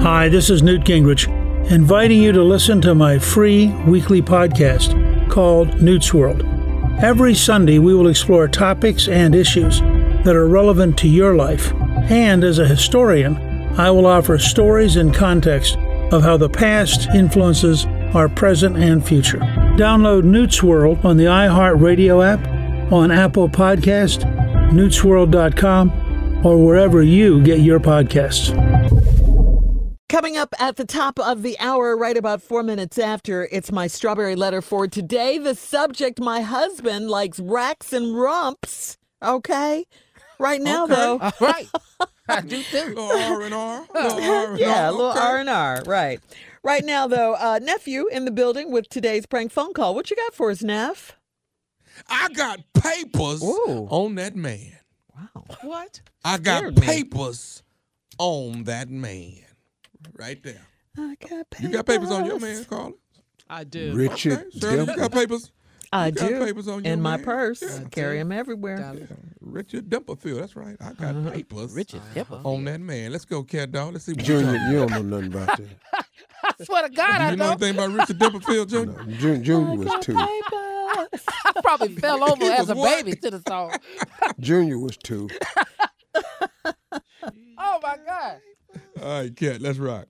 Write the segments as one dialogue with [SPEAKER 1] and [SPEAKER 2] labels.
[SPEAKER 1] Hi, this is Newt Gingrich, inviting you to listen to my free weekly podcast called Newt's World. Every Sunday, we will explore topics and issues that are relevant to your life. And as a historian, I will offer stories and context of how the past influences our present and future. Download Newt's World on the iHeartRadio app, on Apple Podcast, newtsworld.com, or wherever you get your podcasts.
[SPEAKER 2] Coming up at the top of the hour, right about four minutes after, it's my strawberry letter for today. The subject my husband likes racks and rumps. Okay. Right now, though.
[SPEAKER 3] All right. I do too.
[SPEAKER 4] little R and R.
[SPEAKER 2] yeah, a little R and R, right? Right now, though, uh, nephew in the building with today's prank phone call. What you got for us, Neff?
[SPEAKER 4] I got papers
[SPEAKER 3] Ooh.
[SPEAKER 4] on that man.
[SPEAKER 2] Wow.
[SPEAKER 3] What?
[SPEAKER 4] I got
[SPEAKER 2] Scared me.
[SPEAKER 4] papers on that man. Right there.
[SPEAKER 2] I got papers.
[SPEAKER 4] You got papers on your man, Carla?
[SPEAKER 3] I do.
[SPEAKER 4] Okay,
[SPEAKER 5] Richard
[SPEAKER 4] Shirley, you
[SPEAKER 5] Dimple.
[SPEAKER 4] got papers?
[SPEAKER 2] I
[SPEAKER 4] You got
[SPEAKER 2] do.
[SPEAKER 4] papers on your
[SPEAKER 2] in my
[SPEAKER 4] man.
[SPEAKER 2] purse.
[SPEAKER 4] Yeah.
[SPEAKER 2] I carry them everywhere.
[SPEAKER 4] Richard Dimplefield. That's right. I got papers
[SPEAKER 3] Richard Hipper.
[SPEAKER 4] on that man. Let's go, cat dog. Let's see what
[SPEAKER 5] Junior,
[SPEAKER 4] you talking
[SPEAKER 5] you don't know nothing about that.
[SPEAKER 3] I swear to God,
[SPEAKER 4] about.
[SPEAKER 3] I
[SPEAKER 4] You know
[SPEAKER 3] know.
[SPEAKER 4] anything about Richard Dimplefield, Junior?
[SPEAKER 5] No, Junior, Junior was two.
[SPEAKER 2] Papers.
[SPEAKER 3] I probably fell over
[SPEAKER 4] He
[SPEAKER 3] as
[SPEAKER 4] was
[SPEAKER 3] a
[SPEAKER 4] what?
[SPEAKER 3] baby to the song.
[SPEAKER 5] Junior was two.
[SPEAKER 3] Oh my God.
[SPEAKER 4] All right, cat. Let's rock.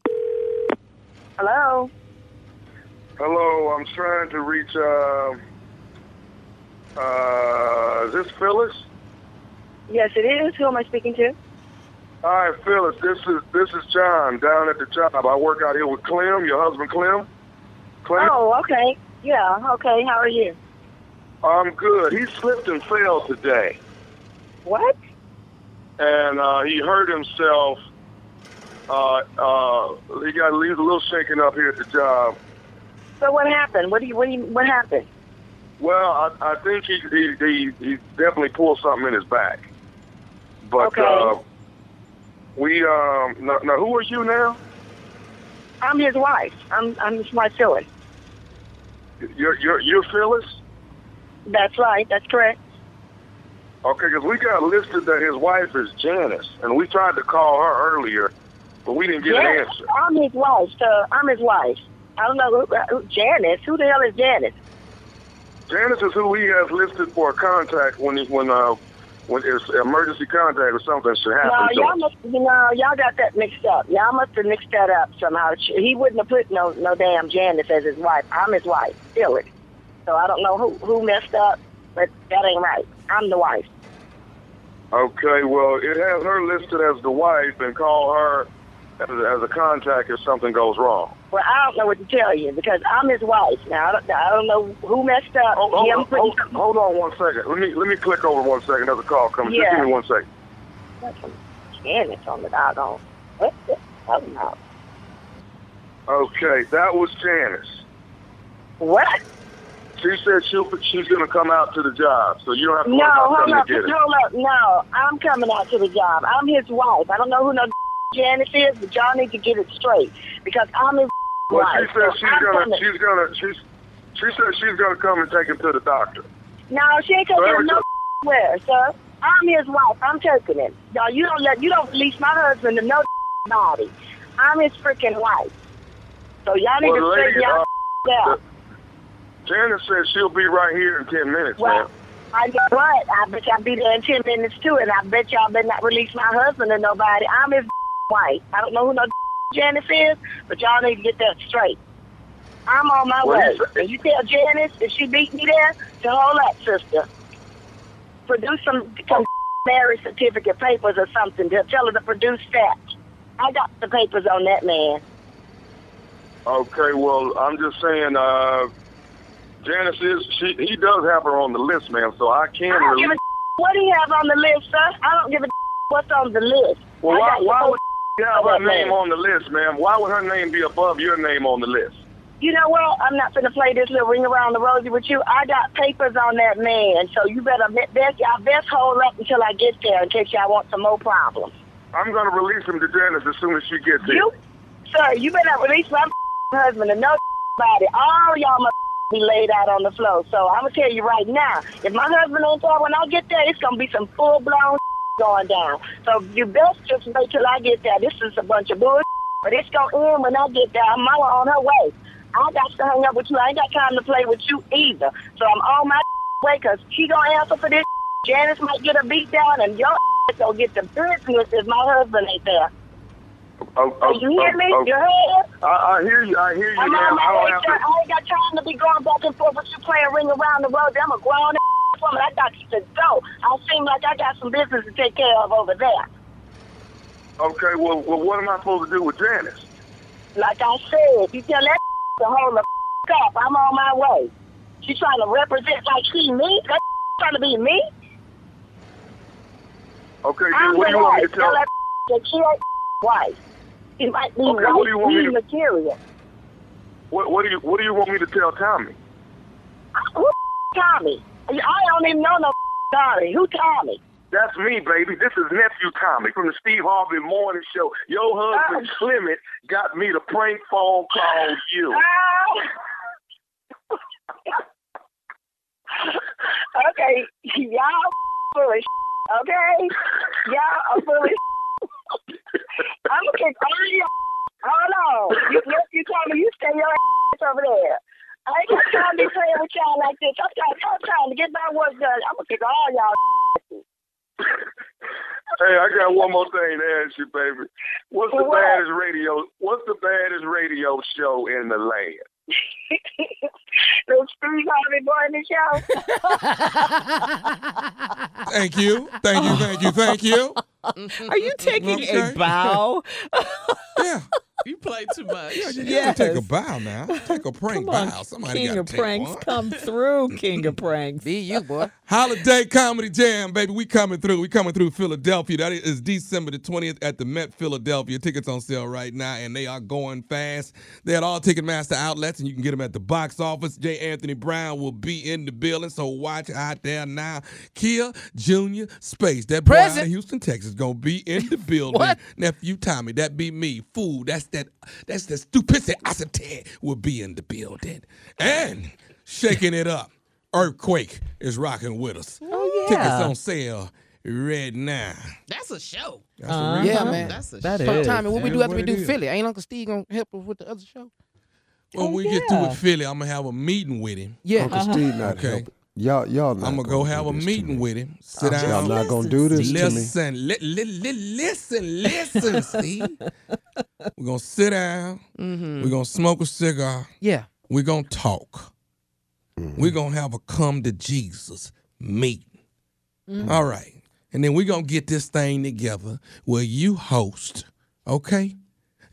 [SPEAKER 6] Hello.
[SPEAKER 7] Hello, I'm trying to reach. Uh, uh, is this Phyllis?
[SPEAKER 6] Yes, it is. Who am I speaking to?
[SPEAKER 7] Hi, Phyllis. This is this is John down at the job. I work out here with Clem, your husband Clem. Clem,
[SPEAKER 6] Oh, okay. Yeah. Okay. How are you?
[SPEAKER 7] I'm good. He slipped and fell today,
[SPEAKER 6] What?
[SPEAKER 7] and uh, he hurt himself. Uh, uh, he got he was a little shaken up here at the job.
[SPEAKER 6] So what happened? What do you? What do you? What happened?
[SPEAKER 7] Well, I, I think he, he he he definitely pulled something in his back. But
[SPEAKER 6] Okay.
[SPEAKER 7] uh, we um now, now who are you now?
[SPEAKER 6] I'm his wife. I'm I'm his wife, Phyllis.
[SPEAKER 7] You're you're, you're Phyllis.
[SPEAKER 6] That's right. That's correct.
[SPEAKER 7] Okay, because we got listed that his wife is Janice, and we tried to call her earlier, but we didn't get an
[SPEAKER 6] yes,
[SPEAKER 7] answer.
[SPEAKER 6] I'm his wife. So I'm his wife. I don't know who, uh, who Janice. Who the hell is Janice?
[SPEAKER 7] Janice is who he has listed for contact when he, when uh when it's emergency contact or something should
[SPEAKER 6] No,
[SPEAKER 7] happen. to
[SPEAKER 6] y'all
[SPEAKER 7] him.
[SPEAKER 6] must. You know, y'all got that mixed up. Y'all must have mixed that up somehow. She- He wouldn't have put no no damn Janice as his wife. I'm his wife, Phyllis. So I don't know who who messed up, but that ain't right. I'm the wife.
[SPEAKER 7] Okay, well, it has her listed as the wife, and call her as a, as a contact if something goes wrong.
[SPEAKER 6] Well, I don't know what to tell you because I'm his wife now. I don't, I don't know who messed up.
[SPEAKER 7] Hold, hold,
[SPEAKER 6] him
[SPEAKER 7] hold,
[SPEAKER 6] putting-
[SPEAKER 7] hold, hold on one second. Let me let me click over one second. There's a call coming. Just
[SPEAKER 6] Yeah.
[SPEAKER 7] give me one second.
[SPEAKER 6] That's some Janice on the doggone. What the hell? No.
[SPEAKER 7] Okay, that was Janice.
[SPEAKER 6] What?
[SPEAKER 7] She said she'll, she's going to come out to the job, so you don't have to worry
[SPEAKER 6] No,
[SPEAKER 7] about
[SPEAKER 6] hold
[SPEAKER 7] coming
[SPEAKER 6] up,
[SPEAKER 7] to get it.
[SPEAKER 6] hold up. No, I'm coming out to the job. I'm his wife. I don't know who no Janice is, but y'all need to get it straight because I'm his
[SPEAKER 7] Well,
[SPEAKER 6] wife.
[SPEAKER 7] she said
[SPEAKER 6] so
[SPEAKER 7] she's
[SPEAKER 6] I'm
[SPEAKER 7] going to
[SPEAKER 6] coming.
[SPEAKER 7] she's going to she's she said she's going to come and take him to the doctor.
[SPEAKER 6] No, she ain't taking
[SPEAKER 7] Well,
[SPEAKER 6] him no
[SPEAKER 7] it's-
[SPEAKER 6] where, sir. I'm his wife. I'm taking him. Y'all, you don't let you don't release my husband to no body. I'm his freaking wife. So y'all need
[SPEAKER 7] Well,
[SPEAKER 6] to
[SPEAKER 7] the lady,
[SPEAKER 6] straighten
[SPEAKER 7] uh,
[SPEAKER 6] y'all out.
[SPEAKER 7] Janice said she'll be right here in ten minutes,
[SPEAKER 6] Well,
[SPEAKER 7] ma'am.
[SPEAKER 6] I know what. I bet y'all be there in ten minutes too, and I bet y'all better not release my husband to nobody. I'm his wife. I don't know who no Janice is, but y'all need to get that straight. I'm on my
[SPEAKER 7] Well,
[SPEAKER 6] way.
[SPEAKER 7] you said-
[SPEAKER 6] And you tell Janice if she beat me there, to hold up, sister. Produce some, some marriage certificate papers or something. To tell her to produce that. I got the papers on that man.
[SPEAKER 7] Okay, well, I'm just saying, uh, Janice is she he does have her on the list, ma'am. So I can
[SPEAKER 6] I don't give
[SPEAKER 7] release.
[SPEAKER 6] a what he have on the list, sir. I don't give a what's on the list.
[SPEAKER 7] Well,
[SPEAKER 6] I
[SPEAKER 7] why,
[SPEAKER 6] got
[SPEAKER 7] why would she have her
[SPEAKER 6] about that.
[SPEAKER 7] name on the list, ma'am? Why would her name be above your name on the list?
[SPEAKER 6] You know what? I'm not gonna play this little ring around the rosy with you. I got papers on that man, so you better be- best y'all best hold up until I get there in case y'all want some more problems.
[SPEAKER 7] I'm going to release him to Janice as soon as she gets here.
[SPEAKER 6] You, sir, you better release my husband and no body. All y'all must be laid out on the floor. So I'm gonna tell you right now, if my husband ain't there when I get there, it's gonna be some full blown going down. So you best just wait till I get there. This is a bunch of bull But it's going to end when I get there. I'm mama on her way. I got to hang up with you. I ain't got time to play with you either. So I'm on my way because she going to answer for this. Janice might get a beat down and your going to get the business if my husband ain't there.
[SPEAKER 7] Oh, oh,
[SPEAKER 6] Do you hear
[SPEAKER 7] oh,
[SPEAKER 6] me?
[SPEAKER 7] oh.
[SPEAKER 6] You heard?
[SPEAKER 7] I, I hear you. I hear you,
[SPEAKER 6] I'm
[SPEAKER 7] ma'am.
[SPEAKER 6] on
[SPEAKER 7] I
[SPEAKER 6] my way.
[SPEAKER 7] don't have
[SPEAKER 6] sir.
[SPEAKER 7] to.
[SPEAKER 6] I ain't got time to be going back and forth with you playing ring around the road. I'm a grown woman. I got to go. I seem like I got some business to take care of over there.
[SPEAKER 7] Okay, well, well, what am I supposed to do with Janice?
[SPEAKER 6] Like I said, you tell that to hold the up. I'm on my way. She trying to represent like she me. That trying to be me.
[SPEAKER 7] Okay,
[SPEAKER 6] I'm
[SPEAKER 7] then what do
[SPEAKER 6] the
[SPEAKER 7] you want me
[SPEAKER 6] wife.
[SPEAKER 7] to
[SPEAKER 6] Tell
[SPEAKER 7] tell?
[SPEAKER 6] that that she ain't wife. She might be
[SPEAKER 7] Okay,
[SPEAKER 6] wife,
[SPEAKER 7] what do you want me
[SPEAKER 6] me
[SPEAKER 7] to-
[SPEAKER 6] material.
[SPEAKER 7] What, what do you What do you want me to tell Tommy?
[SPEAKER 6] Who Tommy? I don't even know no Tommy. Who Tommy?
[SPEAKER 7] That's me, baby. This is nephew Tommy from the Steve Harvey Morning Show. Your husband
[SPEAKER 6] Oh.
[SPEAKER 7] Clement got me to prank phone call you.
[SPEAKER 6] okay, y'all full of okay? Y'all are full of I'm gonna kick all your Hold on. You, yes, you call me, you stay your ass over there. I ain't got time to be playing with y'all like this. I'm trying, I'm trying to get my work done. I'm gonna kick all y'all.
[SPEAKER 7] Hey, I got one more thing to ask you, baby. What's the
[SPEAKER 6] What?
[SPEAKER 7] baddest radio? What's the baddest radio show in the land?
[SPEAKER 6] Little Steve Harvey boy in the show.
[SPEAKER 4] Thank you. Thank you. Thank you. Thank you.
[SPEAKER 2] Are you taking a
[SPEAKER 4] Okay.
[SPEAKER 2] bow?
[SPEAKER 4] Yeah.
[SPEAKER 3] You play too much.
[SPEAKER 4] Yeah. Take a bow now. Take a prank
[SPEAKER 2] Come on,
[SPEAKER 4] bow. Somebody
[SPEAKER 2] King
[SPEAKER 4] got
[SPEAKER 2] of Pranks, come through, King of Pranks.
[SPEAKER 3] Be you, boy.
[SPEAKER 4] Holiday Comedy Jam, baby. We coming through. We coming through Philadelphia. That is December the 20th at the Met Philadelphia. Tickets on sale right now, and they are going fast. They're at all Ticketmaster outlets, and you can get them at the box office. J. Anthony Brown will be in the building, so watch out there now. Kia Junior Space. That boy out
[SPEAKER 3] Present.
[SPEAKER 4] of Houston, Texas, gonna be in the building.
[SPEAKER 3] What?
[SPEAKER 4] Nephew Tommy, that be me. Fool, that's that that's the stupidity I said Ted will be in the building. And shaking it up. Earthquake is rocking with us.
[SPEAKER 2] Oh,
[SPEAKER 4] Tickets
[SPEAKER 2] yeah.
[SPEAKER 4] on sale right now.
[SPEAKER 3] That's a show.
[SPEAKER 4] Uh-huh. That's a real-
[SPEAKER 8] Yeah, man.
[SPEAKER 3] That's a
[SPEAKER 2] That
[SPEAKER 3] show.
[SPEAKER 2] is.
[SPEAKER 8] So, Tommy, what we
[SPEAKER 4] That's
[SPEAKER 8] do after we
[SPEAKER 4] what it
[SPEAKER 8] do
[SPEAKER 4] is.
[SPEAKER 8] Philly? Ain't Uncle Steve gonna help us with the other show?
[SPEAKER 4] When
[SPEAKER 2] Oh,
[SPEAKER 4] we get through
[SPEAKER 2] yeah.
[SPEAKER 4] with Philly, I'm gonna have a meeting with him.
[SPEAKER 8] Yeah.
[SPEAKER 5] Uncle Steve not
[SPEAKER 4] Okay.
[SPEAKER 5] helping. Y'all, y'all not.
[SPEAKER 4] I'm gonna go have a
[SPEAKER 5] do this to
[SPEAKER 4] meeting
[SPEAKER 5] me.
[SPEAKER 4] with him. Sit
[SPEAKER 5] Y'all
[SPEAKER 4] down.
[SPEAKER 5] not gonna do this to me.
[SPEAKER 4] Listen, li- li- li- listen, listen, Steve. We're gonna sit down.
[SPEAKER 2] Mm-hmm.
[SPEAKER 4] We're gonna smoke a cigar.
[SPEAKER 8] Yeah.
[SPEAKER 4] We're gonna talk.
[SPEAKER 2] Mm-hmm.
[SPEAKER 4] We're gonna have a come to Jesus meeting.
[SPEAKER 2] Mm-hmm.
[SPEAKER 4] All right. And then we're gonna get this thing together where you host, okay?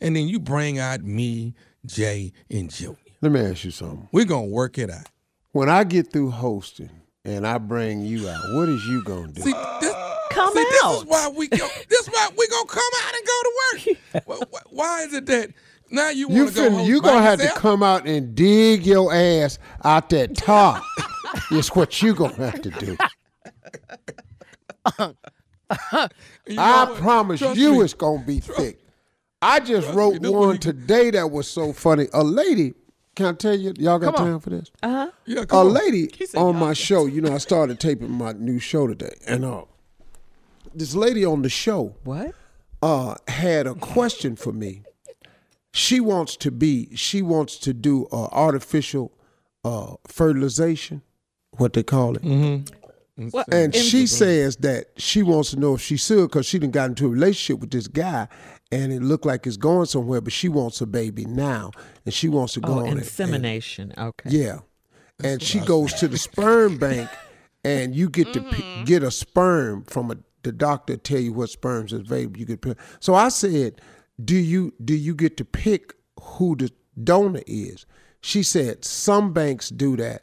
[SPEAKER 4] And then you bring out me, Jay, and Junior.
[SPEAKER 5] Let me ask you something.
[SPEAKER 4] We're gonna work it out.
[SPEAKER 5] When I get through hosting and I bring you out, what is you gonna do?
[SPEAKER 4] See, this,
[SPEAKER 2] Come
[SPEAKER 4] see,
[SPEAKER 2] out.
[SPEAKER 4] this is why we go this is why we gonna come out and go to work. Why- why- Why is it that now you
[SPEAKER 5] you
[SPEAKER 4] wanna go
[SPEAKER 5] finna,
[SPEAKER 4] host
[SPEAKER 5] you
[SPEAKER 4] by
[SPEAKER 5] gonna have to
[SPEAKER 4] yourself?
[SPEAKER 5] come out and dig your ass out that top. It's what you gonna have to do.
[SPEAKER 4] You know
[SPEAKER 5] I
[SPEAKER 4] what?
[SPEAKER 5] promise
[SPEAKER 4] Trust
[SPEAKER 5] you
[SPEAKER 4] me.
[SPEAKER 5] it's gonna be thick. I
[SPEAKER 4] Trust
[SPEAKER 5] just
[SPEAKER 4] me,
[SPEAKER 5] wrote
[SPEAKER 4] this
[SPEAKER 5] one
[SPEAKER 4] one you-
[SPEAKER 5] today that was so funny. A lady, can I tell you, y'all got
[SPEAKER 8] Come on.
[SPEAKER 5] time for this?
[SPEAKER 4] Yeah,
[SPEAKER 5] a
[SPEAKER 4] come on.
[SPEAKER 5] lady on my show, you know, I started taping my new show today, and uh, this lady on the show
[SPEAKER 2] What?
[SPEAKER 5] uh, had a question for me. She wants to be, she wants to do uh, artificial uh, fertilization, what they call it.
[SPEAKER 2] What?
[SPEAKER 5] And she says that she wants to know if she should because she done got into a relationship with this guy and it looked like it's going somewhere, but she wants a baby now and she wants to go
[SPEAKER 2] Oh,
[SPEAKER 5] on it. and-
[SPEAKER 2] insemination. Okay.
[SPEAKER 5] yeah, and she goes to the sperm bank, and you get to p- get a sperm from a the doctor tell you what sperms is available. You could pick. So I said, do you do you get to pick who the donor is? She said some banks do that,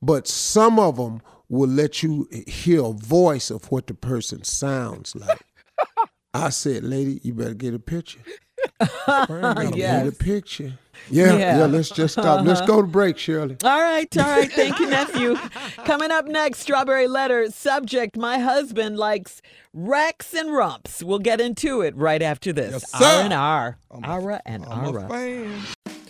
[SPEAKER 5] but some of them will let you hear a voice of what the person sounds like. I said, lady, you better get a picture. Get a picture. Yeah,
[SPEAKER 2] Yeah.
[SPEAKER 5] yeah, let's just stop. Let's go to break, Shirley.
[SPEAKER 2] All right, all right. Thank you, nephew. Coming up next, Strawberry Letter. Subject My husband likes racks and rumps. We'll get into it right after this.
[SPEAKER 4] Yes, sir. Oh
[SPEAKER 2] R&R. Ara and
[SPEAKER 4] I'm a
[SPEAKER 2] Ara.
[SPEAKER 4] fan.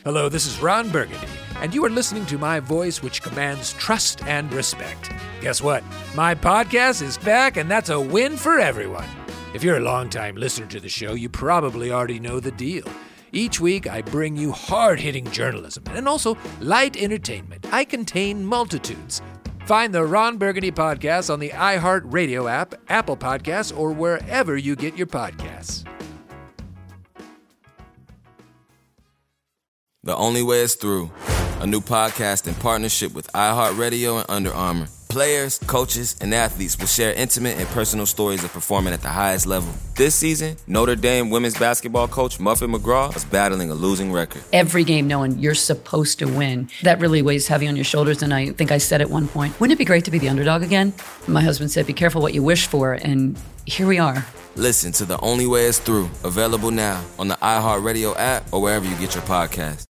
[SPEAKER 9] Hello, this is Ron Burgundy, and you are listening to my voice, which commands trust and respect. Guess what? My podcast is back, and that's a win for everyone. If you're a longtime listener to the show, you probably already know the deal. Each week, I bring you hard hitting journalism and also light entertainment. I contain multitudes. Find the Ron Burgundy podcast on the iHeartRadio app, Apple Podcasts, or wherever you get your podcasts.
[SPEAKER 4] The only way is through. A new podcast in partnership with iHeartRadio and Under Armour. Players, coaches, and athletes will share intimate and personal stories of performing at the highest level. This season, Notre Dame women's basketball coach Muffin McGraw is battling a losing record.
[SPEAKER 3] Every game knowing you're supposed to win. That really weighs heavy on your shoulders. And I think I said at one point, wouldn't it be great to be the underdog again? My husband said, be careful what you wish for. And here we are.
[SPEAKER 4] Listen to The Only Way is Through, available now on the iHeartRadio app or wherever you get your podcast.